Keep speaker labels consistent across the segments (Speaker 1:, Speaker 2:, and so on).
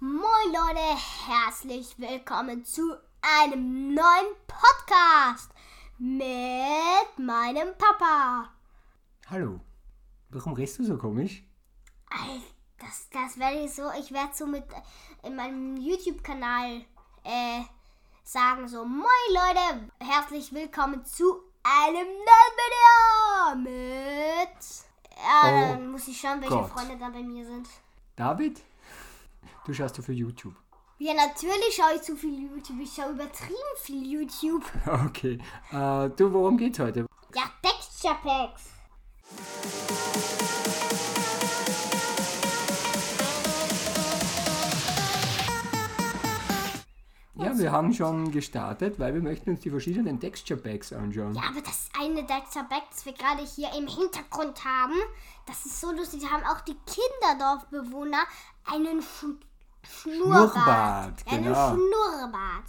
Speaker 1: Moin Leute, herzlich willkommen zu einem neuen Podcast mit meinem Papa.
Speaker 2: Hallo. Warum redest du so komisch?
Speaker 1: Ey, Das, das werde ich so, ich werde so mit äh, in meinem YouTube-Kanal äh, sagen so, Moin Leute, herzlich willkommen zu einem neuen Video mit... Ja,
Speaker 2: Oh
Speaker 1: dann muss ich schauen, welche
Speaker 2: Gott.
Speaker 1: Freunde da bei mir sind.
Speaker 2: David? Du schaust du für YouTube.
Speaker 1: Ja, natürlich schaue ich zu viel YouTube. Ich schaue übertrieben viel YouTube.
Speaker 2: Okay. Äh, du, worum geht's heute?
Speaker 1: Ja, Texture Packs.
Speaker 2: Ja, wir haben schon gestartet, weil wir möchten uns die verschiedenen Texture Packs anschauen.
Speaker 1: Ja, aber das eine Texture Pack, das wir gerade hier im Hintergrund haben, das ist so lustig. Da haben auch die Kinderdorfbewohner einen Sch Schnurrbart.
Speaker 2: Schnurrbart,
Speaker 1: einen
Speaker 2: genau.
Speaker 1: Schnurrbart.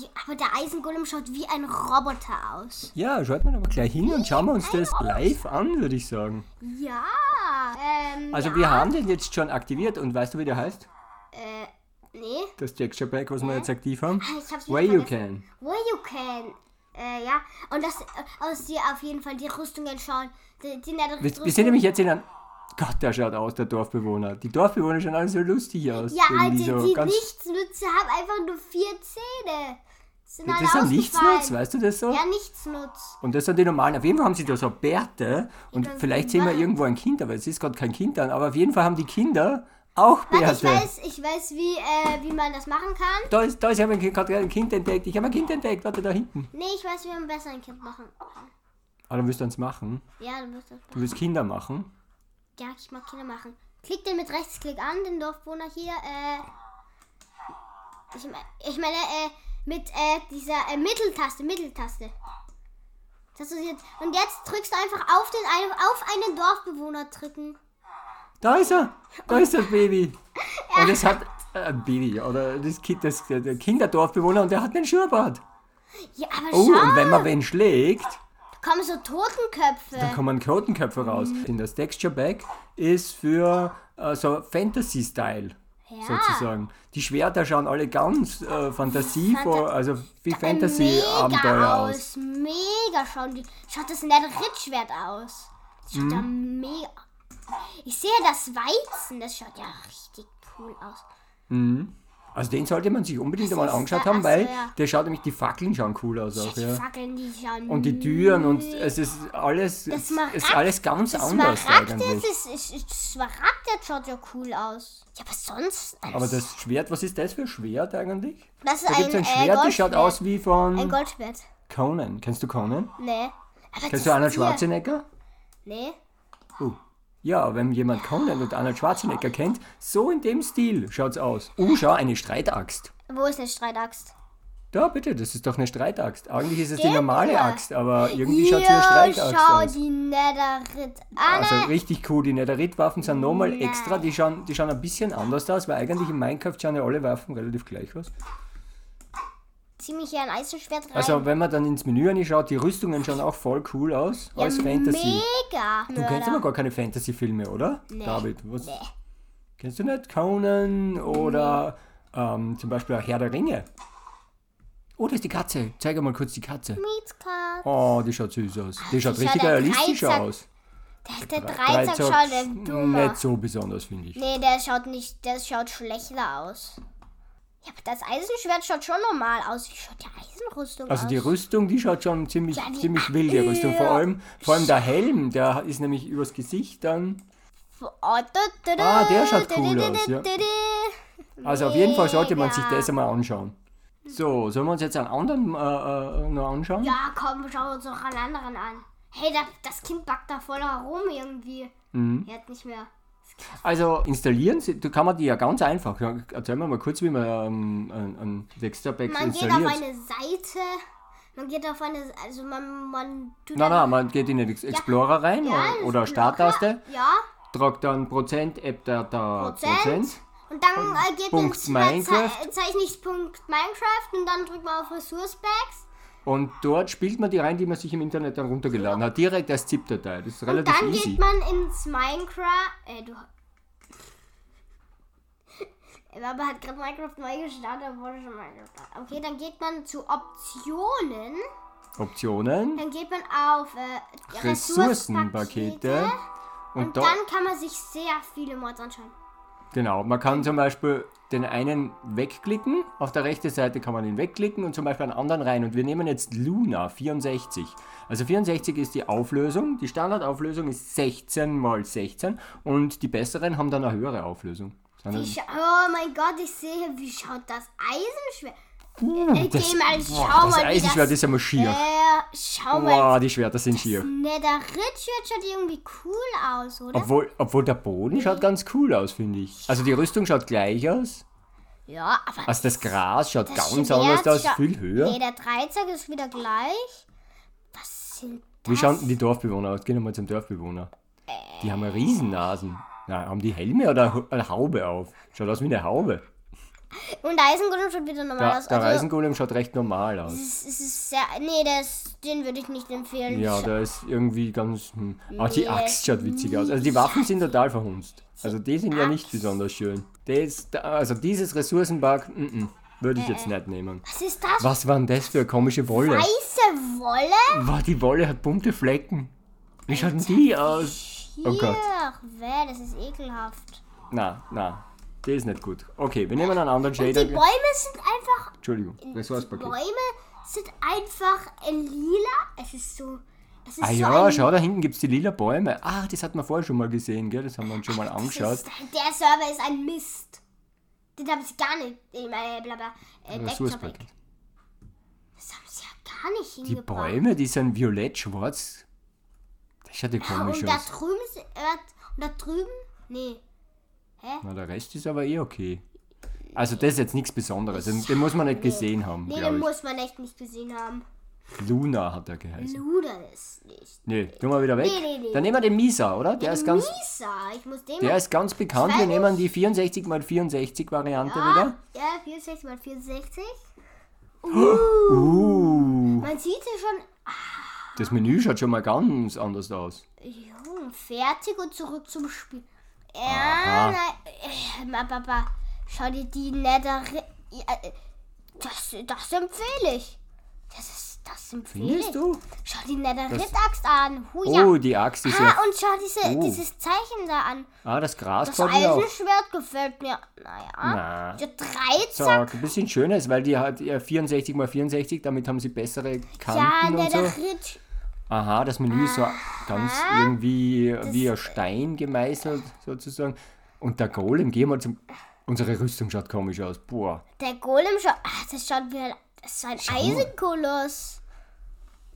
Speaker 1: Ja, aber der Eisengolem schaut wie ein Roboter aus.
Speaker 2: Ja, schaut mal aber gleich hin und schauen wir uns das live an, würde ich sagen.
Speaker 1: Ja. Ähm,
Speaker 2: Also
Speaker 1: ja.
Speaker 2: wir haben den jetzt schon aktiviert und weißt du, wie der heißt? Also-
Speaker 1: Nee.
Speaker 2: Das Texture Pack, was wir jetzt aktiv haben?
Speaker 1: Ah, Ich hab's wieder
Speaker 2: Where you
Speaker 1: vergessen.
Speaker 2: can.
Speaker 1: Where you can. Äh, ja. Und das äh, aus dir auf jeden Fall die Rüstungen schauen. Die, die nette
Speaker 2: Wir, wir
Speaker 1: Rüstung.
Speaker 2: sind nämlich jetzt in einem... Gott, der schaut aus, der Dorfbewohner. Die Dorfbewohner schauen alle so lustig aus.
Speaker 1: ja,
Speaker 2: Irgendwie
Speaker 1: Alter,
Speaker 2: so
Speaker 1: die
Speaker 2: ganz
Speaker 1: Nichtsnutze haben einfach nur vier Zähne. Sind
Speaker 2: Das
Speaker 1: alle
Speaker 2: ist ja
Speaker 1: ausgefallen.
Speaker 2: Nichtsnutz, weißt du das so?
Speaker 1: Ja, Nichtsnutz.
Speaker 2: Und das sind die normalen. Auf jeden Fall haben sie da so Bärte. Und
Speaker 1: dann
Speaker 2: vielleicht sehen wir
Speaker 1: machen-
Speaker 2: irgendwo ein Kind, aber es ist gerade kein Kind dann. Aber auf jeden Fall haben die Kinder auch
Speaker 1: Warte, ich
Speaker 2: Bärte.
Speaker 1: weiß, ich weiß wie, äh, wie man das machen kann.
Speaker 2: Da ist, da ist, ich habe ein Kind- gerade ein Kind entdeckt. Ich habe ein Kind entdeckt. Warte, da hinten.
Speaker 1: Nee, ich weiß, wie man besser ein Kind machen kann.
Speaker 2: Ah, dann willst du uns machen.
Speaker 1: Ja, du wirst das
Speaker 2: Du willst Kinder machen.
Speaker 1: Ja, ich mag Kinder machen. Klick den mit Rechtsklick an, den Dorfbewohner hier. Äh, ich, me ich meine, äh, mit äh, dieser äh, Mitteltaste, Mitteltaste. Das ist jetzt, und jetzt drückst du einfach auf, den, einen- auf einen Dorfbewohner drücken.
Speaker 2: Da ist er. Da ist das Baby. Und es hat äh, ein Baby oder das Kind, das, der der Kinderdorfbewohner und der hat einen Schnurrbart.
Speaker 1: Ja, aber
Speaker 2: Oh,
Speaker 1: schau,
Speaker 2: und wenn man wen schlägt,
Speaker 1: kommen so Totenköpfe.
Speaker 2: Da kommen Kotenköpfe raus.
Speaker 1: Mhm.
Speaker 2: Denn das Texture Pack ist für äh, so Fantasy-Style. Sozusagen. Die Schwerter schauen alle ganz äh,
Speaker 1: Fanta-
Speaker 2: fantasievoll, also wie
Speaker 1: mega
Speaker 2: Fantasy-Abenteuer aus.
Speaker 1: aus. Mega schauen die. Schaut das nette Rittschwert aus. Das schaut ja
Speaker 2: Mhm.
Speaker 1: mega. Ich sehe das Weizen, das schaut ja richtig cool aus.
Speaker 2: Also den sollte man sich unbedingt
Speaker 1: Das
Speaker 2: einmal
Speaker 1: ist
Speaker 2: angeschaut
Speaker 1: der-
Speaker 2: haben,
Speaker 1: ach so,
Speaker 2: weil
Speaker 1: ja.
Speaker 2: der schaut nämlich, die Fackeln schauen cool aus auch,
Speaker 1: Die
Speaker 2: ja.
Speaker 1: Fackeln, die schauen.
Speaker 2: Und die Türen und es ist alles, es
Speaker 1: Smaragd-
Speaker 2: ist alles ganz
Speaker 1: das
Speaker 2: anders
Speaker 1: Smaragd
Speaker 2: eigentlich.
Speaker 1: ist, ist, ist, ist Smaragd, der schaut ja cool aus. Ja, aber sonst. alles-
Speaker 2: Aber das Schwert, was ist das für ein Schwert eigentlich?
Speaker 1: das ist äh,
Speaker 2: Da gibt es ein Schwert, das schaut aus wie
Speaker 1: Ein
Speaker 2: von
Speaker 1: Goldschwert.
Speaker 2: Conan. Kennst du Conan?
Speaker 1: Nee. Aber das
Speaker 2: Kennst du Arnold
Speaker 1: hier-
Speaker 2: Schwarzenegger?
Speaker 1: Nee.
Speaker 2: Oh. Ja, wenn jemand Conan und Arnold Schwarzenegger kennt, so in dem Stil schaut's aus. Uh, schau, eine Streitaxt.
Speaker 1: Wo ist eine Streitaxt?
Speaker 2: Da bitte, das ist doch eine Streitaxt. Eigentlich ist es die
Speaker 1: Stimmt,
Speaker 2: normale
Speaker 1: ja.
Speaker 2: Axt, aber irgendwie schaut sie wie eine
Speaker 1: Hier,
Speaker 2: Streitaxt
Speaker 1: schau
Speaker 2: aus.
Speaker 1: die Netherrit an.
Speaker 2: Also richtig cool, die Netherite-Waffen sind nochmal extra, die schauen, die schauen ein bisschen anders aus, weil eigentlich in Minecraft schauen ja alle Waffen relativ gleich aus.
Speaker 1: Zieh mich hier ein Eisenschwert rein.
Speaker 2: Also wenn man dann ins Menü reinschaut, die Rüstungen schauen auch voll cool aus, als Fantasy.
Speaker 1: Mega.
Speaker 2: Du kennst
Speaker 1: Ähm.
Speaker 2: aber gar keine Fantasy-Filme, oder? David, was? Kennst du nicht Conan oder ähm, zum Beispiel auch Herr der Ringe? Oh, das ist die Katze. Zeig mal kurz die Katze.
Speaker 1: Mietskart.
Speaker 2: Oh, die schaut süß aus. Die schaut
Speaker 1: schaut
Speaker 2: richtig
Speaker 1: der
Speaker 2: realistisch
Speaker 1: Dreizack-
Speaker 2: aus.
Speaker 1: Der Dreizack schaut der dumm
Speaker 2: nicht so besonders, finde ich.
Speaker 1: Nee, der schaut nicht, der schaut schlechter aus. Ja, aber das Eisenschwert schaut schon normal aus. Wie schaut die Eisenrüstung
Speaker 2: Also
Speaker 1: aus?
Speaker 2: die Rüstung, die schaut schon ziemlich,
Speaker 1: die-
Speaker 2: ziemlich wild, die Rüstung. Vor
Speaker 1: Ja.
Speaker 2: allem, vor allem der Helm, der ist nämlich übers Gesicht dann.
Speaker 1: oh, du, du, du,
Speaker 2: Ah, der schaut
Speaker 1: du,
Speaker 2: cool
Speaker 1: du,
Speaker 2: aus,
Speaker 1: du,
Speaker 2: ja.
Speaker 1: du, du.
Speaker 2: Also auf jeden Fall sollte man sich
Speaker 1: Mega.
Speaker 2: das einmal anschauen. So, sollen wir uns jetzt einen anderen äh, äh, noch anschauen?
Speaker 1: Ja, komm, schauen wir uns noch einen anderen an. Hey, da, das Kind backt da voll herum irgendwie. Mhm. Jetzt nicht mehr.
Speaker 2: Also installieren, sie- da kann man die ja ganz einfach. Ja, Erzähl mir mal kurz, wie man ähm, ein, ein Texterpack
Speaker 1: Man geht
Speaker 2: installiert.
Speaker 1: auf eine Seite. Man geht auf eine, also man, man tut
Speaker 2: nein,
Speaker 1: dann-
Speaker 2: nein, man geht in den Ex- Explorer rein
Speaker 1: Ja,
Speaker 2: oder
Speaker 1: das
Speaker 2: Starttaste,
Speaker 1: locker. Ja,
Speaker 2: tragt dann Prozent, App da, da
Speaker 1: Prozent.
Speaker 2: Prozent.
Speaker 1: und dann äh, geht man
Speaker 2: Punkt Minecraft.
Speaker 1: zeichne ich Punkt Minecraft und dann drückt man auf Resource Bags.
Speaker 2: und dort spielt man die rein, die man sich im Internet dann runtergeladen hat, direkt als ZIP-Datei. Das ist
Speaker 1: Und
Speaker 2: relativ
Speaker 1: dann
Speaker 2: easy.
Speaker 1: geht man ins Minecraft. Äh, du. Baba hat gerade Minecraft neu gestartet, obwohl schon Minecraft hat. Okay, dann geht man zu Optionen.
Speaker 2: Optionen,
Speaker 1: Dann geht man auf äh,
Speaker 2: Ressourcenpakete.
Speaker 1: Und,
Speaker 2: Und, da,
Speaker 1: dann kann man sich sehr viele Mods anschauen.
Speaker 2: genau, man kann zum Beispiel den einen wegklicken, auf der rechten Seite kann man ihn wegklicken und zum Beispiel einen anderen rein. Und wir nehmen jetzt Luna 64. Also 64 ist die Auflösung, die Standardauflösung ist 16 mal 16 und die besseren haben dann eine höhere Auflösung. Sind dann-
Speaker 1: Ich, scha- oh mein Gott, ich sehe, wie schaut das Eisenschwert.
Speaker 2: Uh,
Speaker 1: Ich geh mal,
Speaker 2: boah,
Speaker 1: schau
Speaker 2: das
Speaker 1: mal, wie
Speaker 2: Eisenschwert
Speaker 1: das-
Speaker 2: ist ja mal schier.
Speaker 1: Äh, schau
Speaker 2: Boah,
Speaker 1: mal. ne,
Speaker 2: die Schwerter sind schier.
Speaker 1: Netheritshirt schaut irgendwie cool aus, oder?
Speaker 2: Obwohl, obwohl der Boden schaut ganz cool aus, finde ich. Also die Rüstung schaut gleich aus.
Speaker 1: ja, aber
Speaker 2: Also das Gras schaut
Speaker 1: das
Speaker 2: ganz
Speaker 1: Schwert
Speaker 2: anders aus,
Speaker 1: scha-
Speaker 2: viel höher.
Speaker 1: Nee, der Dreizack ist wieder gleich. Was sind das?
Speaker 2: Wie schauen denn die Dorfbewohner aus? Gehen wir mal zum Dorfbewohner. Die haben ja Riesennasen. Na, haben die Helme oder Hu- eine Haube auf? Schaut aus wie eine Haube.
Speaker 1: Und der Eisengolem schaut wieder normal
Speaker 2: Der,
Speaker 1: aus.
Speaker 2: der
Speaker 1: Also,
Speaker 2: Reisengolem schaut recht normal aus.
Speaker 1: es ist- es ist sehr. Nee, das, den würde ich nicht empfehlen.
Speaker 2: Ja,
Speaker 1: Scha-
Speaker 2: der ist irgendwie ganz. Hm. Ah, die
Speaker 1: Nee.
Speaker 2: Axt schaut witzig aus. Also die Waffen sind total verhunzt. Also die sind ja nicht
Speaker 1: Axt.
Speaker 2: besonders schön. Das, da- also dieses Ressourcenpark mm, würde ich jetzt nicht nehmen.
Speaker 1: was ist das?
Speaker 2: Was war denn das für eine komische Wolle?
Speaker 1: Weiße Wolle?
Speaker 2: Wow, die Wolle hat bunte Flecken. Wie schaut denn die aus? Oh Gott.
Speaker 1: Ach, weh, das ist ekelhaft.
Speaker 2: Na, na. Die ist nicht gut. Okay, wir nehmen einen anderen
Speaker 1: Die
Speaker 2: Shader.
Speaker 1: Bäume sind einfach.
Speaker 2: Entschuldigung,
Speaker 1: Die
Speaker 2: Ressourcenpaket.
Speaker 1: Äh, Bäume sind einfach äh, lila. Es ist so. Es ist
Speaker 2: Ah
Speaker 1: so
Speaker 2: ja,
Speaker 1: ein-
Speaker 2: schau, da hinten gibt es die lila Bäume. Ah, das hat man vorher schon mal gesehen, gell? Das haben wir uns schon mal angeschaut.
Speaker 1: Das Ist, der Server ist ein Mist. Den haben sie gar nicht. Ich meine, bla bla. Äh, Decktopic.
Speaker 2: Ressourcenpaket.
Speaker 1: Das haben sie ja gar nicht
Speaker 2: Die
Speaker 1: hingebracht.
Speaker 2: Bäume, die sind violett-schwarz. Das schaut ja komisch
Speaker 1: Und da
Speaker 2: aus.
Speaker 1: drüben. ist- Äh, und da drüben. Nee.
Speaker 2: Na, der Rest ist aber eh okay. Also das ist jetzt nichts Besonderes. Den, den muss man nicht gesehen haben,
Speaker 1: Nee, den
Speaker 2: glaube
Speaker 1: muss man echt nicht gesehen haben.
Speaker 2: ich. Luna hat er geheißen.
Speaker 1: Luder ist nicht.
Speaker 2: Nee, tun wir wieder weg.
Speaker 1: Nee, nee, nee.
Speaker 2: Dann nehmen wir den Misa, oder? Der ist ganz,
Speaker 1: Misa, ich muss den
Speaker 2: der
Speaker 1: mal.
Speaker 2: ist ganz bekannt. Wir
Speaker 1: Zwei-
Speaker 2: nehmen die 64x64 Variante wieder.
Speaker 1: Ja, 64 mal 64.
Speaker 2: Uh,
Speaker 1: Man sieht sie schon.
Speaker 2: das Menü schaut schon mal ganz anders aus.
Speaker 1: Junge, fertig und zurück zum Spiel. Ja, nein. Äh, Papa, schau dir die Nether. Ja, äh, das, das empfehle ich. Das ist das empfehle
Speaker 2: Findest
Speaker 1: ich.
Speaker 2: du?
Speaker 1: Schau die Nether-Rittaxt an. Huja.
Speaker 2: Oh, die Axt ist ja...
Speaker 1: ah, und schau diese,
Speaker 2: Oh.
Speaker 1: dieses Zeichen da an.
Speaker 2: Ah, das Gras
Speaker 1: Das
Speaker 2: kommt mir auf.
Speaker 1: Eisenschwert gefällt mir. Naja.
Speaker 2: Na.
Speaker 1: Der Dreizack.
Speaker 2: Zack, ein bisschen schöner ist, weil die hat ja 64 mal 64, damit haben sie bessere
Speaker 1: Ja,
Speaker 2: Kanten und so.
Speaker 1: Netherritt.
Speaker 2: Aha, das Menü ist so ganz irgendwie wie ein Stein gemeißelt sozusagen. Und der Golem, geh mal zum... Unsere Rüstung schaut komisch aus. Boah.
Speaker 1: Der Golem schaut. Ach, das schaut wie ein. Das ist so ein Eisenkoloss.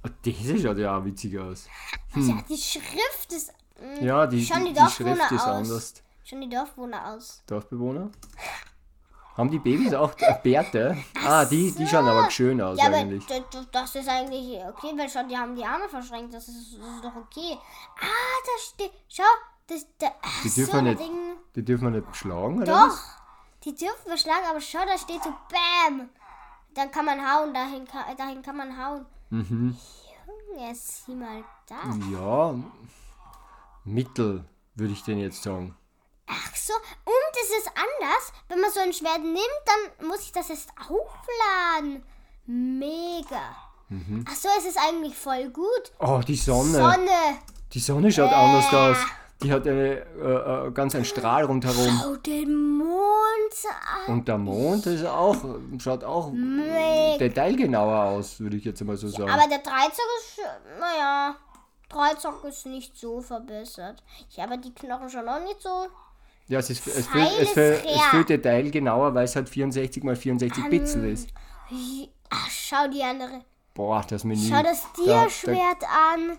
Speaker 2: Und Diese schaut ja auch witzig aus. Hm.
Speaker 1: Ja, die Schrift ist. mm,
Speaker 2: Ja, die,
Speaker 1: Schauen
Speaker 2: die,
Speaker 1: die
Speaker 2: die Schrift
Speaker 1: Dorfbewohner
Speaker 2: ist
Speaker 1: aus?
Speaker 2: anders.
Speaker 1: Schon die Dorfbewohner aus.
Speaker 2: Dorfbewohner? Haben die Babys auch äh, Bärte? Ah, die, die schauen aber schön aus
Speaker 1: Ja, aber
Speaker 2: Also eigentlich.
Speaker 1: d- d- das ist eigentlich okay, weil schon die haben die Arme verschränkt. Das ist, das ist doch okay. Ah, da steht. Schau, das. Da, ach,
Speaker 2: Die
Speaker 1: so
Speaker 2: dürfen,
Speaker 1: ein
Speaker 2: wir nicht,
Speaker 1: Ding.
Speaker 2: die dürfen wir nicht schlagen, oder
Speaker 1: Doch.
Speaker 2: was?
Speaker 1: Die dürfen wir schlagen, aber schau, da steht so BAM. Dann kann man hauen, dahin kann, dahin kann man hauen. Mhm. Junge, sieh mal da.
Speaker 2: Mhm. Ja, mittel würde ich den jetzt sagen.
Speaker 1: Ach so, und es ist anders. Wenn man so ein Schwert nimmt, dann muss ich das erst aufladen. Mega. Ach so, es ist eigentlich voll gut.
Speaker 2: Oh, die Mhm. Sonne.
Speaker 1: Sonne.
Speaker 2: Die Sonne schaut anders aus. Die hat eine, äh, äh, ganz einen Strahl rundherum.
Speaker 1: Oh, den Mond an.
Speaker 2: Und der Mond ist auch, schaut auch
Speaker 1: Mega.
Speaker 2: detailgenauer aus, würde ich jetzt mal so sagen.
Speaker 1: Aber der Dreizack ist, schon- naja, Dreizack ist nicht so verbessert. Ich habe die Knochen schon auch nicht so.
Speaker 2: Ja, es ist es
Speaker 1: Feil
Speaker 2: fühlt, es
Speaker 1: ist
Speaker 2: fühlt, es
Speaker 1: her.
Speaker 2: fühlt detailgenauer, weil es halt 64 mal 64 Pixel ist.
Speaker 1: Ach, schau die andere.
Speaker 2: Boah, das Menü.
Speaker 1: Schau das
Speaker 2: Da-
Speaker 1: Tierschwert an.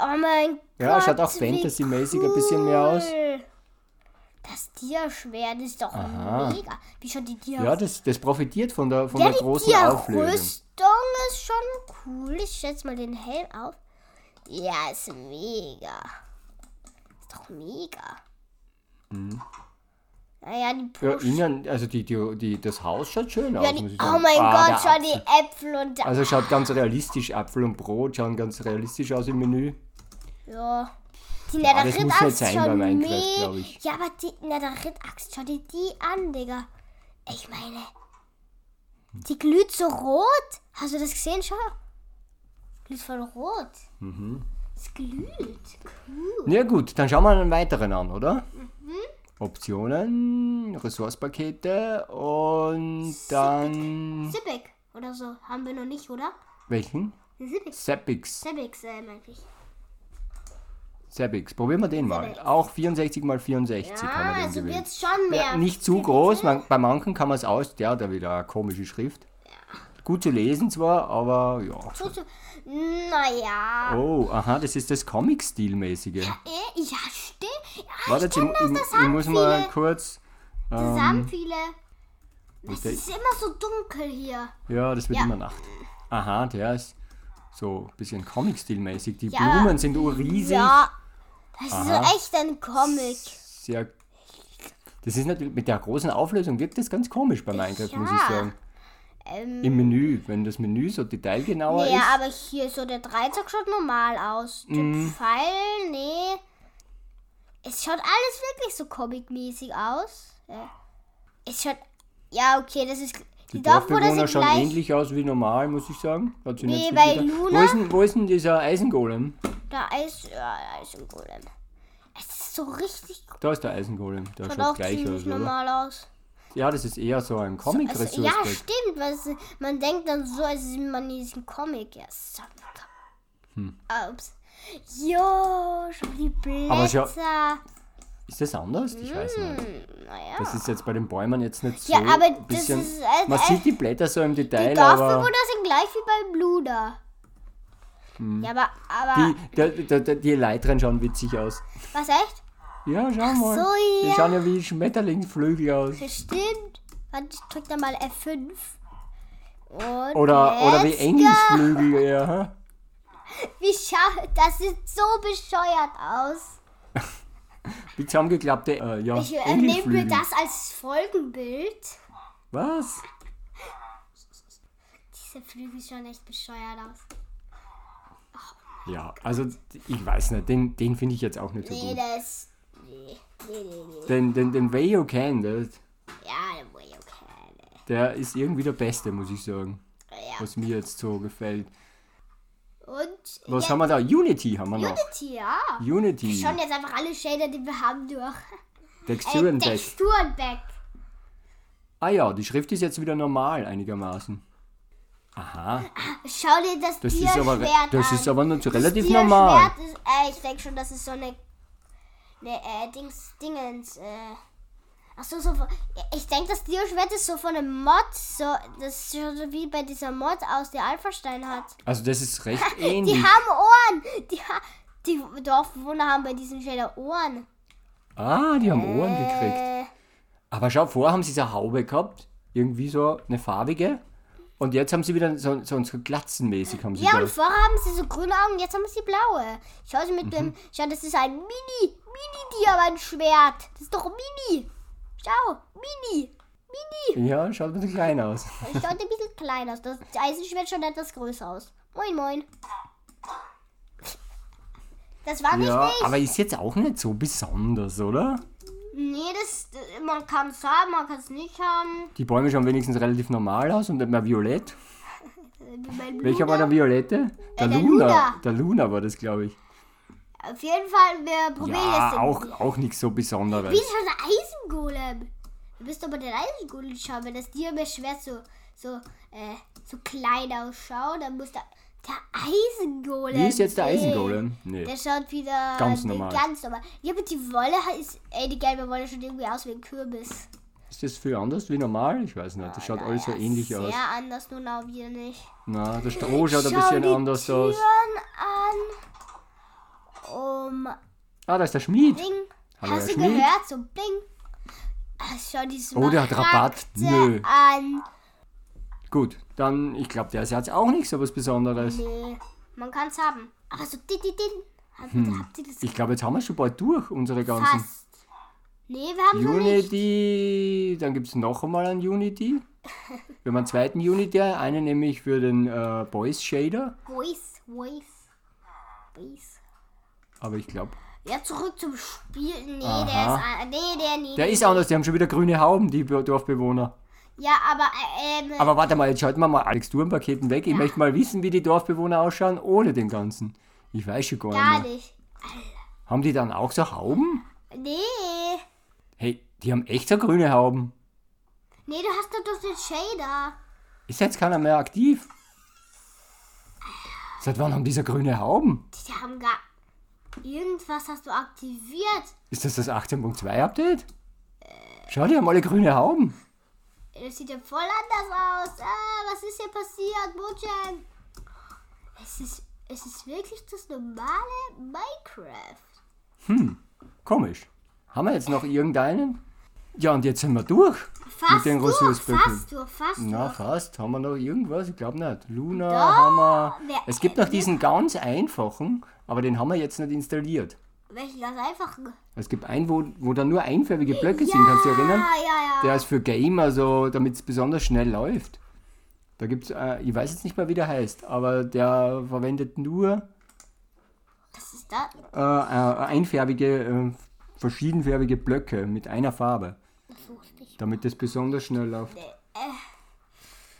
Speaker 1: Oh mein Gott.
Speaker 2: Ja, schaut auch
Speaker 1: wie
Speaker 2: fantasymäßig ein bisschen mehr aus.
Speaker 1: cool. Das Tierschwert ist doch mega. Wie schaut die Tier
Speaker 2: Da, ja, das, das profitiert von der, von
Speaker 1: Ja,
Speaker 2: der
Speaker 1: die
Speaker 2: großen Auflösung.
Speaker 1: Tierrüstung ist schon cool. Ich schätze mal den Helm auf. Ja, ist mega. Ist doch mega. Naja, die
Speaker 2: Hm. Ja,
Speaker 1: Push.
Speaker 2: innen, also die, die, die, das Haus schaut schön
Speaker 1: Ja,
Speaker 2: aus,
Speaker 1: die,
Speaker 2: muss ich sagen.
Speaker 1: oh mein
Speaker 2: Ah,
Speaker 1: Gott,
Speaker 2: der
Speaker 1: schau die Äpfel und der,
Speaker 2: Also schaut ganz realistisch, Apfel und Brot schauen ganz realistisch aus im Menü.
Speaker 1: ja. Die
Speaker 2: Ja, das muss nicht
Speaker 1: Netherite-Axt
Speaker 2: sein bei
Speaker 1: schon
Speaker 2: Minecraft,
Speaker 1: me-
Speaker 2: glaub ich.
Speaker 1: Ja, aber die Netherite-Axt, schau dir die an, Digga. Ich meine, die glüht so rot. Hast du das gesehen? Schau. Glüht voll rot. Mhm. Es glüht. Cool.
Speaker 2: Na gut, dann schauen wir einen weiteren an, oder?
Speaker 1: Mhm.
Speaker 2: Optionen, Ressourcepakete und dann.
Speaker 1: Sippig oder so. Haben wir noch nicht, oder?
Speaker 2: Welchen?
Speaker 1: Sippig.
Speaker 2: Sepix.
Speaker 1: Sippig, äh, meinte ich.
Speaker 2: Sepix. Probieren wir den mal.
Speaker 1: Sepix.
Speaker 2: Auch 64 mal 64 haben
Speaker 1: Ah,
Speaker 2: wir den
Speaker 1: also
Speaker 2: gewählt.
Speaker 1: wird's schon mehr.
Speaker 2: Ja, nicht zu groß,
Speaker 1: ne?
Speaker 2: man, bei manchen kann man es aus. Der hat ja wieder eine komische Schrift. Gut zu lesen zwar, aber ja.
Speaker 1: So, so. Naja.
Speaker 2: Oh, aha, das ist das
Speaker 1: Äh,
Speaker 2: Comic-Stil-mäßige.
Speaker 1: ja, stimmt. Ja,
Speaker 2: Oh. Warte,
Speaker 1: ich
Speaker 2: jetzt, ich,
Speaker 1: kenn das,
Speaker 2: ich,
Speaker 1: das
Speaker 2: ich
Speaker 1: haben
Speaker 2: muss
Speaker 1: viele.
Speaker 2: mal Ähm. kurz.
Speaker 1: Das haben viele. Es
Speaker 2: der-
Speaker 1: ist immer so dunkel hier.
Speaker 2: Ja, das wird
Speaker 1: Ja.
Speaker 2: immer Nacht. Aha, der ist so ein bisschen Comic-Stil-mäßig. Die
Speaker 1: Ja,
Speaker 2: Blumen sind urriesig.
Speaker 1: Ja. Das ist
Speaker 2: Aha.
Speaker 1: so echt ein Comic.
Speaker 2: Sehr. Das ist natürlich mit der großen Auflösung wirkt das ganz komisch bei Minecraft, muss
Speaker 1: Ja.
Speaker 2: ich sagen.
Speaker 1: Ähm,
Speaker 2: Im Menü, wenn das Menü so detailgenauer
Speaker 1: ja,
Speaker 2: ist.
Speaker 1: aber hier so der Dreizack schaut normal aus. Der
Speaker 2: Mhm.
Speaker 1: Pfeil, nee. Es schaut alles wirklich so comicmäßig aus. Ja. Es schaut. Ja, okay, das ist.
Speaker 2: Die
Speaker 1: Dorfbewohner
Speaker 2: Dorfbewohner schauen ähnlich aus wie normal, muss ich sagen. Hat sich
Speaker 1: Nee,
Speaker 2: nicht viel
Speaker 1: bei
Speaker 2: getan.
Speaker 1: Luna-
Speaker 2: Wo ist, denn, wo ist denn dieser Eisengolem?
Speaker 1: Da ist. Ja, da ist ein Golem. Es ist so richtig.
Speaker 2: Da ist der Eisengolem. Der
Speaker 1: Schaut
Speaker 2: schaut
Speaker 1: auch
Speaker 2: gleich
Speaker 1: ziemlich
Speaker 2: aus, oder?
Speaker 1: normal aus.
Speaker 2: Ja, das ist eher so ein comic
Speaker 1: Also,
Speaker 2: also,
Speaker 1: ja, stimmt. Weil es, man denkt dann so, als ist man in diesem Comic. Ja, Santa. Ups. Jo, schau die
Speaker 2: Hm. Aber schau-
Speaker 1: Blätter.
Speaker 2: Ist das anders? Ich weiß nicht.
Speaker 1: Hm, naja.
Speaker 2: Das ist jetzt bei den Bäumen jetzt nicht so
Speaker 1: Ja, aber
Speaker 2: ein
Speaker 1: das
Speaker 2: bisschen...
Speaker 1: ist halt
Speaker 2: man
Speaker 1: ein-
Speaker 2: sieht die Blätter so im
Speaker 1: die
Speaker 2: Detail, aber...
Speaker 1: Dorfbewohner sind gleich wie bei Bluder.
Speaker 2: Hm.
Speaker 1: Ja, aber, aber,
Speaker 2: Die, der, der, der, die Leitern schauen witzig aus.
Speaker 1: was echt?
Speaker 2: Ja, schau mal.
Speaker 1: so,
Speaker 2: Die
Speaker 1: ja.
Speaker 2: schauen ja wie Schmetterlingsflügel aus.
Speaker 1: Das stimmt. Warte, ich drück da mal F5. Und
Speaker 2: Oder, oder wie
Speaker 1: jetzt-
Speaker 2: Engelsflügel eher. hä?
Speaker 1: Wie schau, das sieht so bescheuert aus.
Speaker 2: Wie zusammengeklappte äh, ja,
Speaker 1: Ich äh, nehme mir
Speaker 2: Engelsflügel.
Speaker 1: das als Folgenbild.
Speaker 2: Was?
Speaker 1: Diese Flügel schauen echt bescheuert aus.
Speaker 2: Ja, also ich weiß nicht, den, den finde ich jetzt auch nicht so
Speaker 1: Nee,
Speaker 2: gut.
Speaker 1: das. Nee, nee, nee, nee.
Speaker 2: Den, den, den Way You Can, der,
Speaker 1: Ja, dann war ich okay.
Speaker 2: der ist irgendwie der beste, muss ich sagen.
Speaker 1: Ja.
Speaker 2: Was mir jetzt so gefällt.
Speaker 1: Und.
Speaker 2: Was
Speaker 1: ja,
Speaker 2: haben wir da? Unity haben wir noch.
Speaker 1: Unity, ja.
Speaker 2: Unity.
Speaker 1: Schon jetzt einfach alle Shader, die wir haben, durch. Äh,
Speaker 2: Texturentext.
Speaker 1: Texturenback.
Speaker 2: Ah ja, die Schrift ist jetzt wieder normal einigermaßen. Aha,
Speaker 1: Schau dir das,
Speaker 2: das ist
Speaker 1: Tierschwert
Speaker 2: aber, re-
Speaker 1: an.
Speaker 2: das ist aber noch relativ
Speaker 1: Tierschwert
Speaker 2: normal.
Speaker 1: Ist, äh, ich denke schon, das ist so eine. Ne, äh, Dings, Dingens, äh. Achso, so. von- Ich denke, das Tierschwert ist so von einem Mod. So, das schaut so wie bei dieser Mod aus, der Alphastein hat.
Speaker 2: Also das ist recht
Speaker 1: Äh, Die
Speaker 2: ähnlich.
Speaker 1: haben Ohren! Die, ha die Dorfbewohner haben bei diesem Shader Ohren.
Speaker 2: Ah, die haben Ohren gekriegt.
Speaker 1: Äh,
Speaker 2: Aber schau, vorher haben sie so eine Haube gehabt, irgendwie so eine farbige. Und jetzt haben sie wieder so, so, so glatzenmäßig haben sie
Speaker 1: ja, und
Speaker 2: das.
Speaker 1: vorher haben sie so grüne Augen, jetzt haben sie blaue. Schau sie mit
Speaker 2: Mhm.
Speaker 1: dem. Schau, das ist ein Mini, Mini-Diamantschwert. Das ist doch Mini. Schau, Mini. Mini.
Speaker 2: Ja, schaut ein bisschen klein aus.
Speaker 1: Das schaut ein bisschen klein aus. Das Eisenschwert schaut etwas größer aus. Moin, moin. Das war nicht
Speaker 2: Ja,
Speaker 1: ich.
Speaker 2: aber ist jetzt auch nicht so besonders, oder?
Speaker 1: Nee, das, man kann es haben, man kann es nicht haben.
Speaker 2: Die Bäume schauen wenigstens relativ normal aus und nicht mehr violett.
Speaker 1: Wie mein
Speaker 2: Welcher war der violette? Der,
Speaker 1: Äh, der
Speaker 2: Luna.
Speaker 1: Luna.
Speaker 2: Der Luna war das, glaube ich.
Speaker 1: Auf jeden Fall, wir probieren jetzt
Speaker 2: Ja,
Speaker 1: den-
Speaker 2: auch, auch nichts so
Speaker 1: Wie
Speaker 2: Besonderes.
Speaker 1: ist schon halt der Eisengolem? Du bist aber der Eisengolem schauen, wenn das dir immer schwer so, so, äh, so klein ausschaut, dann muss der, der Eisengolem.
Speaker 2: Wie ist jetzt der
Speaker 1: Nee.
Speaker 2: Eisengolem? Nee.
Speaker 1: Der schaut wieder
Speaker 2: Ganz
Speaker 1: nee,
Speaker 2: normal.
Speaker 1: ganz normal. Ja, aber die Wolle hat- ist, ey, die gelbe Wolle schaut irgendwie aus wie ein Kürbis.
Speaker 2: Ist das viel anders wie normal? Ich weiß nicht. Das schaut alles so ähnlich
Speaker 1: Ah, sehr
Speaker 2: aus.
Speaker 1: Sehr anders, nun auch wieder nicht.
Speaker 2: Na, der Stroh schaut ein
Speaker 1: Schau
Speaker 2: bisschen
Speaker 1: die
Speaker 2: anders aus.
Speaker 1: Türen an. Um,
Speaker 2: Ah, da ist der Schmied.
Speaker 1: Bling.
Speaker 2: Hallo,
Speaker 1: Hast
Speaker 2: Herr
Speaker 1: du
Speaker 2: Schmidt.
Speaker 1: gehört? So Ah, bling. Ach, schau die
Speaker 2: Oh, der hat Rabatt.
Speaker 1: Smaragde
Speaker 2: Nö.
Speaker 1: An.
Speaker 2: Gut, dann, ich glaube, der ist jetzt auch nicht so was Besonderes.
Speaker 1: Nee, man kann's haben. Aber so dit, dit, dit. Habt, hm. habt ihr das
Speaker 2: Ich glaube, jetzt haben wir schon bald durch, unsere ganzen.
Speaker 1: fast? Nee, wir haben noch nicht.
Speaker 2: Unity, dann gibt es noch einmal einen Unity. Wir haben einen zweiten Unity, einen nämlich für den äh, Boys Shader.
Speaker 1: Voice, voice, voice.
Speaker 2: Aber ich glaube,
Speaker 1: Ja, zurück zum Spiel. Nee,
Speaker 2: Aha.
Speaker 1: der ist. Nee, der nie.
Speaker 2: Der ist anders, die haben schon wieder grüne Hauben, die Be- Dorfbewohner.
Speaker 1: Ja, aber. Äh, ähm,
Speaker 2: Aber warte mal, jetzt schalten wir mal Alex Turmpaketen weg. Ich möchte mal wissen, wie die Dorfbewohner ausschauen ohne den Ganzen. Ich weiß schon gar,
Speaker 1: gar
Speaker 2: nicht. Mehr.
Speaker 1: nicht.
Speaker 2: Haben die dann auch so Hauben?
Speaker 1: Nee.
Speaker 2: Hey, die haben echt so grüne Hauben.
Speaker 1: Nee, du hast doch den Shader.
Speaker 2: Ist jetzt keiner mehr aktiv? Seit wann haben diese grüne Hauben?
Speaker 1: Die haben gar. Irgendwas hast du aktiviert.
Speaker 2: Ist das das 18.2 Update? Schau, die haben alle grüne Hauben.
Speaker 1: Das sieht ja voll anders aus. Ah, was ist hier passiert, Mutchen? Es ist, es ist wirklich das normale Minecraft.
Speaker 2: Komisch. Haben wir jetzt noch irgendeinen? Ja, und jetzt sind wir durch.
Speaker 1: Fast
Speaker 2: den
Speaker 1: durch,
Speaker 2: Russlandspöppeln.
Speaker 1: fast durch, fast
Speaker 2: Na,
Speaker 1: durch.
Speaker 2: fast. Haben wir noch irgendwas? Ich glaube nicht. Luna haben wir.
Speaker 1: wer-
Speaker 2: Es gibt noch diesen ganz einfachen, aber den haben wir jetzt nicht installiert.
Speaker 1: Welchen ganz einfachen?
Speaker 2: Es gibt einen, wo, wo dann nur einfärbige Blöcke sind, kannst du dich erinnern?
Speaker 1: Ah, ja, ja.
Speaker 2: Der ist für Gamer, so, damit es besonders schnell läuft. Da gibt's, äh, ich weiß jetzt nicht mehr, wie der heißt, aber der verwendet nur
Speaker 1: Was ist das?
Speaker 2: äh, äh, einfärbige, äh, verschiedenfärbige Blöcke mit einer Farbe,
Speaker 1: Das wusste ich.
Speaker 2: damit das besonders schnell läuft.
Speaker 1: Äh,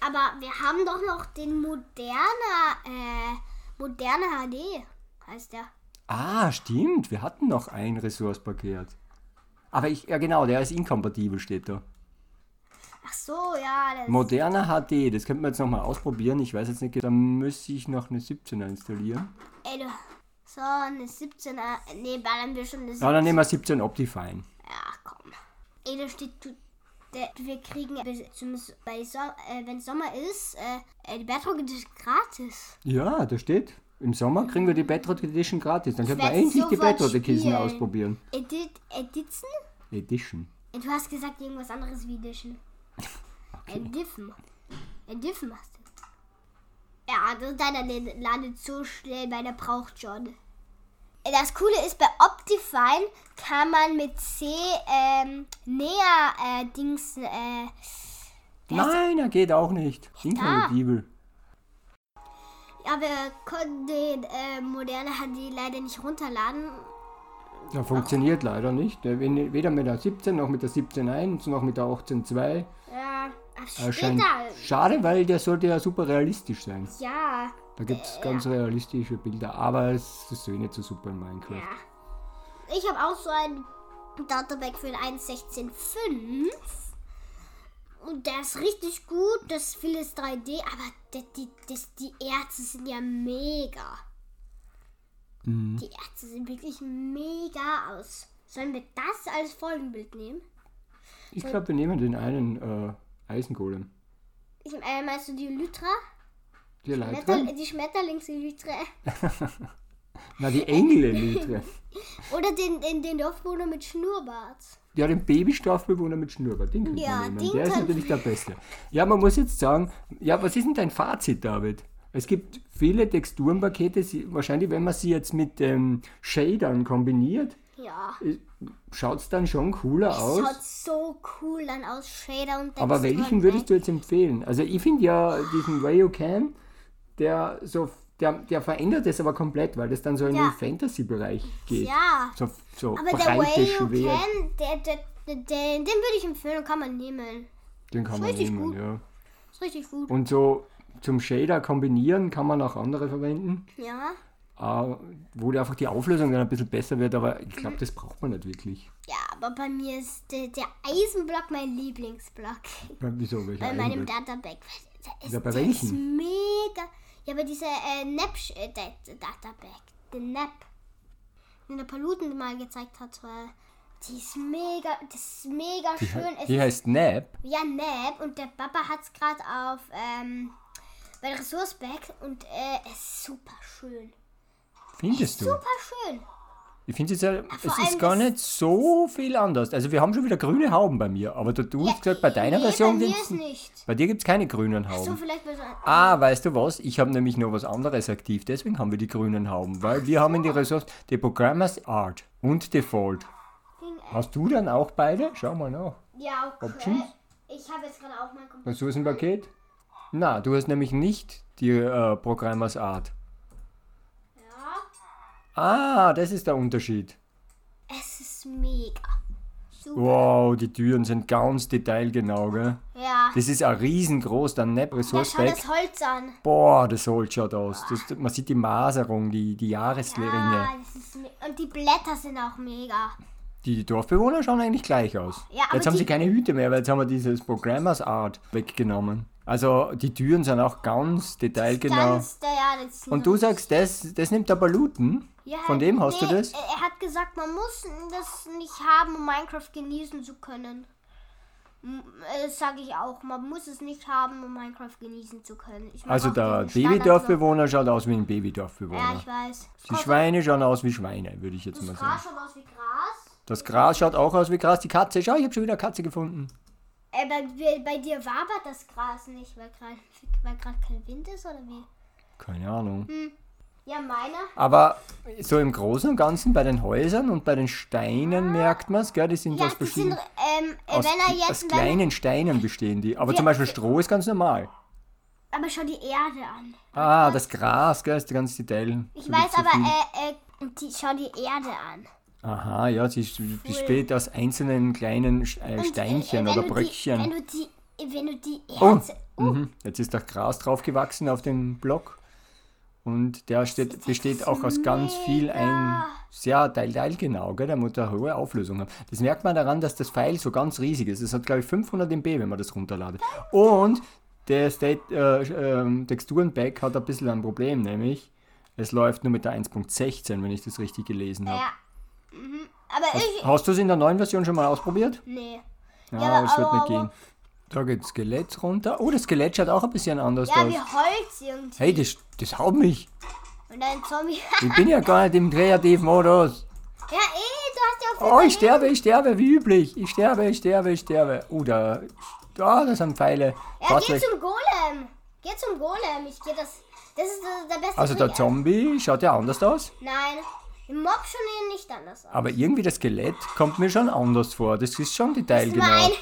Speaker 1: Aber wir haben doch noch den moderner, äh, moderne HD heißt der.
Speaker 2: Ah, stimmt, wir hatten noch ein Ressourcepaket. Aber ich, ja genau, der ist inkompatibel, steht da.
Speaker 1: Ach so, ja. Das
Speaker 2: Moderner HD, das könnten wir jetzt nochmal ausprobieren. Ich weiß jetzt nicht, da müsste ich noch eine 17er installieren.
Speaker 1: Ey, du. So, eine 17er. Nee, ballern wir schon eine 17er.
Speaker 2: Ja, dann nehmen wir 17 Optifine.
Speaker 1: Ja, komm. Ey, da steht, du, der, wir kriegen, bis- zumindest bei so, äh, wenn Sommer ist, äh, äh, die Bedrock ist gratis.
Speaker 2: Ja, da steht. Im Sommer kriegen wir die Bedrock Edition gratis. Dann können wir
Speaker 1: werd's
Speaker 2: endlich die
Speaker 1: sofort
Speaker 2: Bedrock-Kissen
Speaker 1: spielen.
Speaker 2: ausprobieren.
Speaker 1: Edit, Editzen?
Speaker 2: Edition.
Speaker 1: Äh, Du hast gesagt irgendwas anderes wie Äh, Edition. Ediffen. Ediffen hast du. Ja, also das- deiner lad- ladet so schnell, meiner braucht schon. Äh, Das Coole ist, bei Optifine kann man mit C ähm, näher äh, Dings äh,
Speaker 2: Nein, er geht auch nicht. Inkompatibel.
Speaker 1: Ja, wir konnten den äh, moderne HD leider nicht runterladen.
Speaker 2: Ja, funktioniert leider nicht. Der- wenn- Weder mit der 17 noch mit der 17.1 noch mit der 18.2
Speaker 1: Ja, aber
Speaker 2: erscheint.
Speaker 1: später.
Speaker 2: Schade, weil der sollte ja super realistisch sein.
Speaker 1: Ja,
Speaker 2: Da gibt es ganz realistische Bilder, aber es ist eh nicht so super in Minecraft.
Speaker 1: ja. Ich habe auch so ein Databack für ein 1.16.5. Und der ist richtig gut, das ist vieles 3D, aber die, die, das, die Ärzte sind ja mega. Die Ärzte sehen wirklich mega aus. Sollen wir das als Folgenbild nehmen?
Speaker 2: Ich glaube, wir nehmen den einen äh, Eisengolem.
Speaker 1: Ich, äh, meinst du die Lytra?
Speaker 2: Die Leiter?
Speaker 1: Schmetterl die Schmetterlings-Lytra?
Speaker 2: Na, die Engel-Elitre.
Speaker 1: Oder den, den, den Dorfbewohner mit Schnurrbart.
Speaker 2: Ja, den Babystafbewohner mit Schnurrbart, den könnte
Speaker 1: Ja,
Speaker 2: man nehmen.
Speaker 1: den
Speaker 2: Der ist
Speaker 1: kann-
Speaker 2: natürlich der Beste. Ja, man muss jetzt sagen, ja, was ist denn dein Fazit, David? Es gibt viele Texturenpakete, sie- wahrscheinlich wenn man sie jetzt mit ähm, Shadern kombiniert,
Speaker 1: Ja.
Speaker 2: schaut es dann schon cooler aus.
Speaker 1: Schaut so cool dann aus, Shader und
Speaker 2: Aber
Speaker 1: Texturen,
Speaker 2: welchen
Speaker 1: ey.
Speaker 2: würdest du jetzt empfehlen? Also ich finde ja diesen Rayocan, der so, der, der verändert es aber komplett, weil das dann so in
Speaker 1: Ja.
Speaker 2: den Fantasy-Bereich geht.
Speaker 1: Ja.
Speaker 2: So, so
Speaker 1: Aber der
Speaker 2: breite,
Speaker 1: Way
Speaker 2: schwer.
Speaker 1: You Can, der, der, der, den, den würde ich empfehlen, kann man nehmen.
Speaker 2: Den kann man
Speaker 1: richtig
Speaker 2: nehmen,
Speaker 1: gut.
Speaker 2: ja.
Speaker 1: Ist richtig gut.
Speaker 2: Und so zum Shader kombinieren kann man auch andere verwenden,
Speaker 1: Ja.
Speaker 2: äh, wo die einfach die Auflösung dann ein bisschen besser wird, aber ich glaube, das braucht man nicht wirklich.
Speaker 1: Ja, aber bei mir ist der, der Eisenblock mein Lieblingsblock.
Speaker 2: Weil Wieso? Welcher
Speaker 1: Bei meinem
Speaker 2: Eigenbild?
Speaker 1: Databank. Der ist,
Speaker 2: Ja, bei
Speaker 1: der ist
Speaker 2: welchen?
Speaker 1: mega. Ja, bei dieser äh, Nap äh, Dat- Databank. Den Nap. Den der Paluten mal gezeigt hat. Äh, die ist mega, das ist mega schön. Es
Speaker 2: Die heißt Nap.
Speaker 1: Ja, Nap und der Papa hat's gerade auf ähm, bei Ressourceback und äh, es ist super schön.
Speaker 2: Findest du?
Speaker 1: Super schön.
Speaker 2: Ich finde es ja, es
Speaker 1: Ah, allem
Speaker 2: ist gar
Speaker 1: das-
Speaker 2: nicht so viel anders. Also wir haben schon wieder grüne Hauben bei mir, aber du, du hast gesagt, bei deiner
Speaker 1: nee,
Speaker 2: Version
Speaker 1: bei mir
Speaker 2: gibt's-
Speaker 1: ist nicht.
Speaker 2: bei dir gibt es keine grünen
Speaker 1: So
Speaker 2: Hauben.
Speaker 1: vielleicht bei so einem.
Speaker 2: Ah, weißt du was? Ich habe nämlich noch was anderes aktiv, deswegen haben wir die grünen Hauben, weil wir haben in die Ressource die Programmers Art und Default.
Speaker 1: Ding, äh,
Speaker 2: Hast du dann auch beide? Schau mal nach.
Speaker 1: ja, okay.
Speaker 2: Options?
Speaker 1: Ich habe jetzt gerade auch mein Computer.
Speaker 2: Ressourcenpaket? Na, du hast nämlich nicht die äh, Programmers Art.
Speaker 1: Ja.
Speaker 2: Ah, das ist der Unterschied.
Speaker 1: ist mega. Super.
Speaker 2: Wow, die Türen sind ganz detailgenau, gell?
Speaker 1: Ja.
Speaker 2: Das ist auch riesengroß, der
Speaker 1: Da schaut
Speaker 2: Nepp-Ressourceback.
Speaker 1: das Holz an.
Speaker 2: Boah, das Holz schaut aus. Das, man sieht die Maserung, die, die Jahresringe.
Speaker 1: Ah, das ist me- und die Blätter sind auch mega.
Speaker 2: Die Dorfbewohner schauen eigentlich gleich aus.
Speaker 1: Ja, aber
Speaker 2: jetzt haben
Speaker 1: die-
Speaker 2: sie keine Hüte mehr, weil jetzt haben wir dieses Programmers Art weggenommen. Also die Türen sind auch ganz detailgenau.
Speaker 1: Ganz, da, ja, das ist
Speaker 2: Genau. Und du sagst, das, das nimmt aber Looten.
Speaker 1: Ja,
Speaker 2: Von dem hast
Speaker 1: nee, äh,
Speaker 2: du das?
Speaker 1: Er er hat gesagt, man muss das nicht haben, um Minecraft genießen zu können. M- äh, Das sage ich auch. Man muss es nicht haben, um Minecraft genießen zu können. Ich mag
Speaker 2: Also
Speaker 1: auch
Speaker 2: der
Speaker 1: diesen Standardblock.
Speaker 2: Babydorfbewohner schaut aus wie ein
Speaker 1: Ja,
Speaker 2: Babydorfbewohner.
Speaker 1: ich weiß.
Speaker 2: die Schweine schauen aus wie Schweine, würde ich jetzt mal
Speaker 1: Das
Speaker 2: sagen.
Speaker 1: Gras schaut aus wie Gras.
Speaker 2: Das Gras schaut auch aus wie Gras. Die Katze, schau, ich habe schon wieder eine Katze gefunden.
Speaker 1: Äh, bei, bei- bei dir wabert das Gras nicht, weil gerade weil grad kein Wind ist oder wie?
Speaker 2: Keine Ahnung.
Speaker 1: Hm. Ja, meiner.
Speaker 2: Aber so im Großen und Ganzen bei den Häusern und bei den Steinen merkt man es, gell? Die sind
Speaker 1: Ah. Ja,
Speaker 2: aus
Speaker 1: die sind,
Speaker 2: verschiedenen.
Speaker 1: ähm, äh,
Speaker 2: Aus,
Speaker 1: wenn er
Speaker 2: aus
Speaker 1: jetzt, wenn,
Speaker 2: kleinen Steinen bestehen die. Aber zum
Speaker 1: Wir-
Speaker 2: Beispiel Stroh ist ganz normal.
Speaker 1: aber schau die Erde an.
Speaker 2: Ah, das Gras, gell, ist ganz Detail.
Speaker 1: Ich weiß aber, äh, äh, die, schau die Erde an.
Speaker 2: Aha, ja, sie sie besteht aus einzelnen kleinen Sch- äh,
Speaker 1: Und,
Speaker 2: Steinchen
Speaker 1: äh, wenn
Speaker 2: oder
Speaker 1: du
Speaker 2: Bröckchen.
Speaker 1: Die, wenn du die, wenn du die
Speaker 2: Oh,
Speaker 1: Erde.
Speaker 2: mhm. jetzt ist das Gras draufgewachsen auf dem Block. Und der steht, besteht auch aus ganz viel ein
Speaker 1: mega.
Speaker 2: sehr teilteilgenau, gell? Da muss er eine hohe Auflösung haben. Das merkt man daran, dass das Pfeil so ganz riesig ist. Es hat, glaube ich, 500 MB, wenn man das runterladet. Und der State, äh, ähm, Texturenpack hat ein bisschen ein Problem, nämlich es läuft nur mit der 1.16, wenn ich das richtig gelesen habe.
Speaker 1: Ja. Mhm. Aber ich.
Speaker 2: Hast du es in der neuen Version schon mal ausprobiert?
Speaker 1: Nee.
Speaker 2: Ja,
Speaker 1: aber- oh,
Speaker 2: aber es wird
Speaker 1: aber-
Speaker 2: Ah, nicht
Speaker 1: aber-
Speaker 2: gehen. Da geht Skelett runter. Oh, das Skelett schaut auch ein bisschen anders
Speaker 1: Ja,
Speaker 2: aus.
Speaker 1: wie Holz irgendwie.
Speaker 2: Hey, das, das haut mich.
Speaker 1: Und ein Zombie.
Speaker 2: Ich bin ja gar nicht im Kreativmodus.
Speaker 1: ja, eh, du hast ja auch
Speaker 2: Oh,
Speaker 1: viel
Speaker 2: ich sterbe, ich sterbe, wie üblich. Ich sterbe, ich sterbe, ich sterbe. Oh, da, da, da sind Pfeile.
Speaker 1: Ja,
Speaker 2: Fast
Speaker 1: geh
Speaker 2: weg.
Speaker 1: zum Golem. Geh zum Golem. Ich geh das. Das ist äh, der beste.
Speaker 2: Also der
Speaker 1: Trick.
Speaker 2: Zombie schaut ja anders aus.
Speaker 1: Nein. Im Mob schon eh nicht anders aus.
Speaker 2: Aber irgendwie das Skelett kommt mir schon anders vor. Das ist schon detailgenau.
Speaker 1: Nein.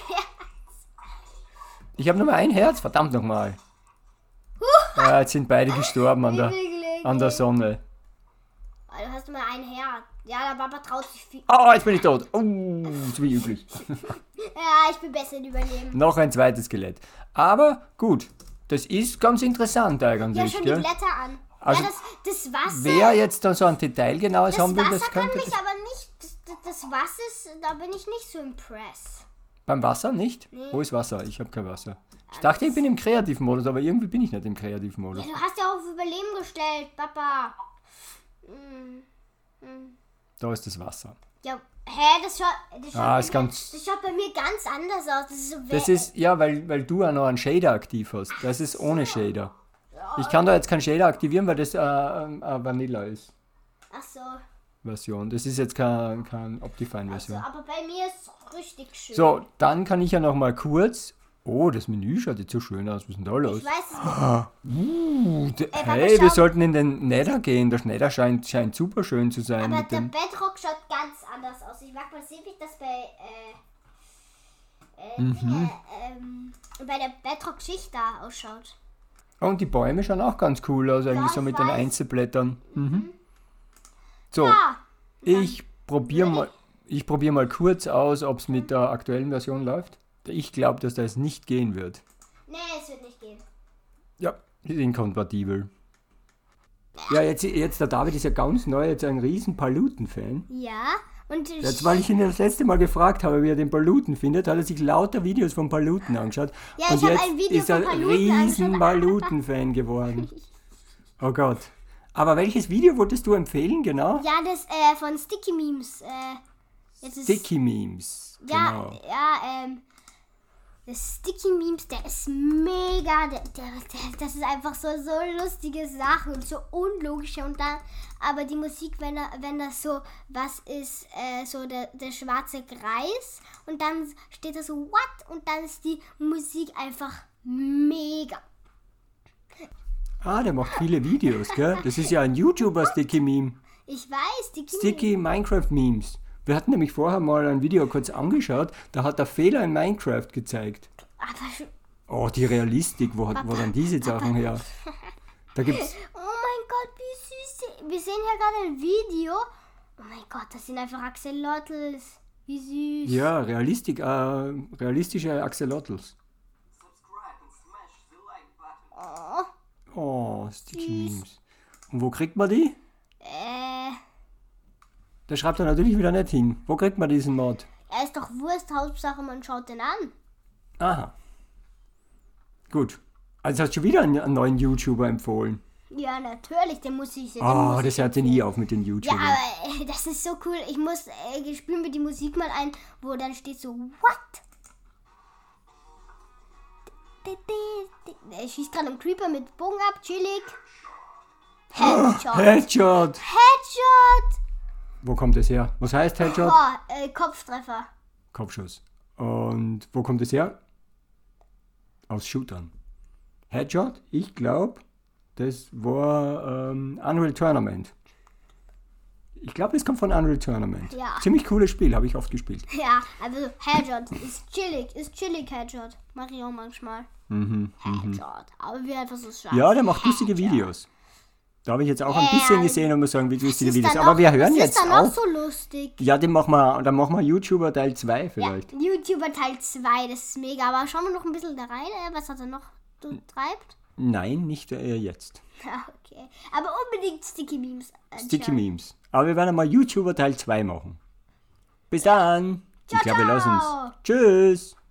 Speaker 2: Ich habe nur mal ein Herz, verdammt nochmal. Ja, jetzt sind beide gestorben an der, an der Sonne.
Speaker 1: Oh, du hast mal ein Herz. Ja, der Papa traut sich viel.
Speaker 2: Oh, jetzt bin ich tot. Oh, so wie üblich.
Speaker 1: Ja, ich bin besser im Überleben.
Speaker 2: Noch ein zweites Skelett. Aber gut, das ist ganz interessant
Speaker 1: Ja,
Speaker 2: eigentlich.
Speaker 1: schon die
Speaker 2: gell?
Speaker 1: Blätter an.
Speaker 2: Also,
Speaker 1: ja, das, das Wasser.
Speaker 2: Wer jetzt dann so ein detailgenaues
Speaker 1: Das
Speaker 2: haben will,
Speaker 1: Wasser
Speaker 2: das
Speaker 1: kann
Speaker 2: könnte.
Speaker 1: mich
Speaker 2: Das
Speaker 1: aber nicht. Das, das- das Wasser ist, da bin ich nicht so impressed.
Speaker 2: beim Wasser nicht? Wo ist Wasser? Ich habe kein Wasser. Ich dachte, ich bin im Kreativmodus, aber irgendwie bin ich nicht im Kreativmodus.
Speaker 1: Du hast ja auch auf Überleben gestellt, Papa. Hm,
Speaker 2: Da ist das Wasser.
Speaker 1: Ja, hä, das schaut, das schaut,
Speaker 2: Ah,
Speaker 1: bei
Speaker 2: ist
Speaker 1: mir,
Speaker 2: ganz-
Speaker 1: das schaut bei mir ganz anders aus. Das ist so
Speaker 2: Das
Speaker 1: weh-
Speaker 2: ist, ja, weil, weil du auch noch einen Shader aktiv hast. Das ist ohne Shader. Ich kann da jetzt keinen Shader aktivieren, weil das äh, ähm, äh, Vanilla ist.
Speaker 1: Ach so.
Speaker 2: Version. Das ist jetzt kein, kein Optifine-Version.
Speaker 1: so. Aber bei mir ist es richtig schön.
Speaker 2: So, dann kann ich ja noch mal kurz. Oh, das Menü schaut jetzt so schön aus. Was ist denn da los?
Speaker 1: Ich weiß es nicht.
Speaker 2: Uh, d-
Speaker 1: Papa,
Speaker 2: hey, wir
Speaker 1: schau.
Speaker 2: sollten in den Nether gehen. Der Nether scheint, scheint super schön zu sein.
Speaker 1: Aber
Speaker 2: Mit
Speaker 1: der
Speaker 2: dem
Speaker 1: Bedrock schaut ganz anders aus. Ich mag mal sehen, wie ich das bei, äh, äh,
Speaker 2: Mhm.
Speaker 1: Dinge, ähm, bei der Bedrock-Schicht da ausschaut.
Speaker 2: oh, und die Bäume schauen auch ganz cool aus, eigentlich
Speaker 1: Ja,
Speaker 2: so
Speaker 1: ich
Speaker 2: mit den
Speaker 1: weiß.
Speaker 2: Einzelblättern. Mhm. So,
Speaker 1: Ah,
Speaker 2: ich probiere mal, ich probier mal kurz aus, ob es mit der aktuellen Version läuft. Ich glaube, dass das nicht gehen wird.
Speaker 1: nee, es wird nicht gehen.
Speaker 2: Ja, ist inkompatibel. Ja, jetzt, jetzt der David ist ja ganz neu, jetzt ein riesen Paluten-Fan.
Speaker 1: Ja, und ich-
Speaker 2: Jetzt, weil ich ihn das letzte Mal gefragt habe, wie er den Paluten findet, hat er sich lauter Videos von Paluten angeschaut.
Speaker 1: Ja,
Speaker 2: und
Speaker 1: ich hab
Speaker 2: jetzt
Speaker 1: ein Video
Speaker 2: ist er
Speaker 1: von
Speaker 2: ein
Speaker 1: Paluten
Speaker 2: riesen
Speaker 1: angeschaut.
Speaker 2: Paluten-Fan geworden. Oh Gott. Aber welches Video wolltest du empfehlen, genau?
Speaker 1: ja, das äh, von Sticky Memes. Äh, jetzt ist,
Speaker 2: Sticky Memes.
Speaker 1: Ja,
Speaker 2: Genau.
Speaker 1: ja, ähm. Das Sticky Memes, der ist mega. Der, der, der, das ist einfach so, so lustige Sachen und so unlogische. Und dann, aber die Musik, wenn, er, wenn das so was ist, äh, so der, der schwarze Kreis. Und dann steht da so, what? Und dann ist die Musik einfach mega.
Speaker 2: Ah, der macht viele Videos, gell? Das ist ja ein YouTuber, Sticky Meme.
Speaker 1: Ich weiß, Sticky,
Speaker 2: Sticky Minecraft Memes. Wir hatten nämlich vorher mal ein Video kurz angeschaut, da hat er Fehler in Minecraft gezeigt.
Speaker 1: Aber schon,
Speaker 2: Oh, die Realistik, wo, hat, wo sind diese Sachen her? Da gibt's
Speaker 1: oh mein Gott, wie süß. die- Wir sehen ja gerade ein Video. Oh mein Gott, das sind einfach Axolotls. Wie süß.
Speaker 2: Ja, realistik, äh, realistische Axolotls.
Speaker 3: Subscribe and smash the like button.
Speaker 1: Oh,
Speaker 2: Oh, Sticky Memes. Und wo kriegt man die?
Speaker 1: äh,
Speaker 2: Da schreibt er natürlich wieder nicht hin. Wo kriegt man diesen Mod?
Speaker 1: er ist doch Wurst, Hauptsache man schaut den an.
Speaker 2: Aha. Gut. Also hast du wieder einen, einen neuen YouTuber empfohlen.
Speaker 1: Ja, natürlich, den muss ich den
Speaker 2: Oh,
Speaker 1: muss ich-
Speaker 2: das hört ja nie auf mit den
Speaker 1: Ja,
Speaker 2: YouTubern.
Speaker 1: aber äh, das ist so cool. Ich muss, äh, ich spielen wir die Musik mal ein, wo dann steht so, what? Er schießt gerade einen Creeper mit Bogen ab, chillig. Headshot.
Speaker 2: Headshot!
Speaker 1: Headshot!
Speaker 2: Wo kommt das her? Was heißt Headshot?
Speaker 1: Oh, äh, Kopftreffer.
Speaker 2: Kopfschuss. Und wo kommt das her? Aus Shootern. Headshot, ich glaube, das war ähm, Unreal Tournament. Ich glaube, das kommt von Unreal Tournament.
Speaker 1: Ja.
Speaker 2: Ziemlich cooles Spiel, habe ich oft gespielt.
Speaker 1: Ja, also Headshot ist chillig, ist chillig Headshot. Mach ich auch manchmal. Headshot. Aber wie einfach so schade.
Speaker 2: Mhm, Ja, der macht lustige Videos. Da habe ich jetzt auch ein bisschen
Speaker 1: Ähm,
Speaker 2: gesehen und muss sagen, wie lustige
Speaker 1: Ist
Speaker 2: Videos.
Speaker 1: dann
Speaker 2: Aber
Speaker 1: auch-
Speaker 2: wir hören
Speaker 1: es
Speaker 2: jetzt
Speaker 1: ist dann auch
Speaker 2: auf.
Speaker 1: so lustig.
Speaker 2: Ja, den machen wir, dann machen wir YouTuber Teil 2 vielleicht.
Speaker 1: YouTuber Teil 2, das ist mega. Aber schauen wir noch ein bisschen da rein. äh, Was hat er noch so treibt?
Speaker 2: Nein, nicht äh, jetzt.
Speaker 1: Ja, okay. Aber unbedingt Sticky Memes. äh, anschauen.
Speaker 2: Sticky Memes. Aber wir werden mal YouTuber Teil 2 machen. Bis dann. ich glaube, wir lassen es. Tschüss.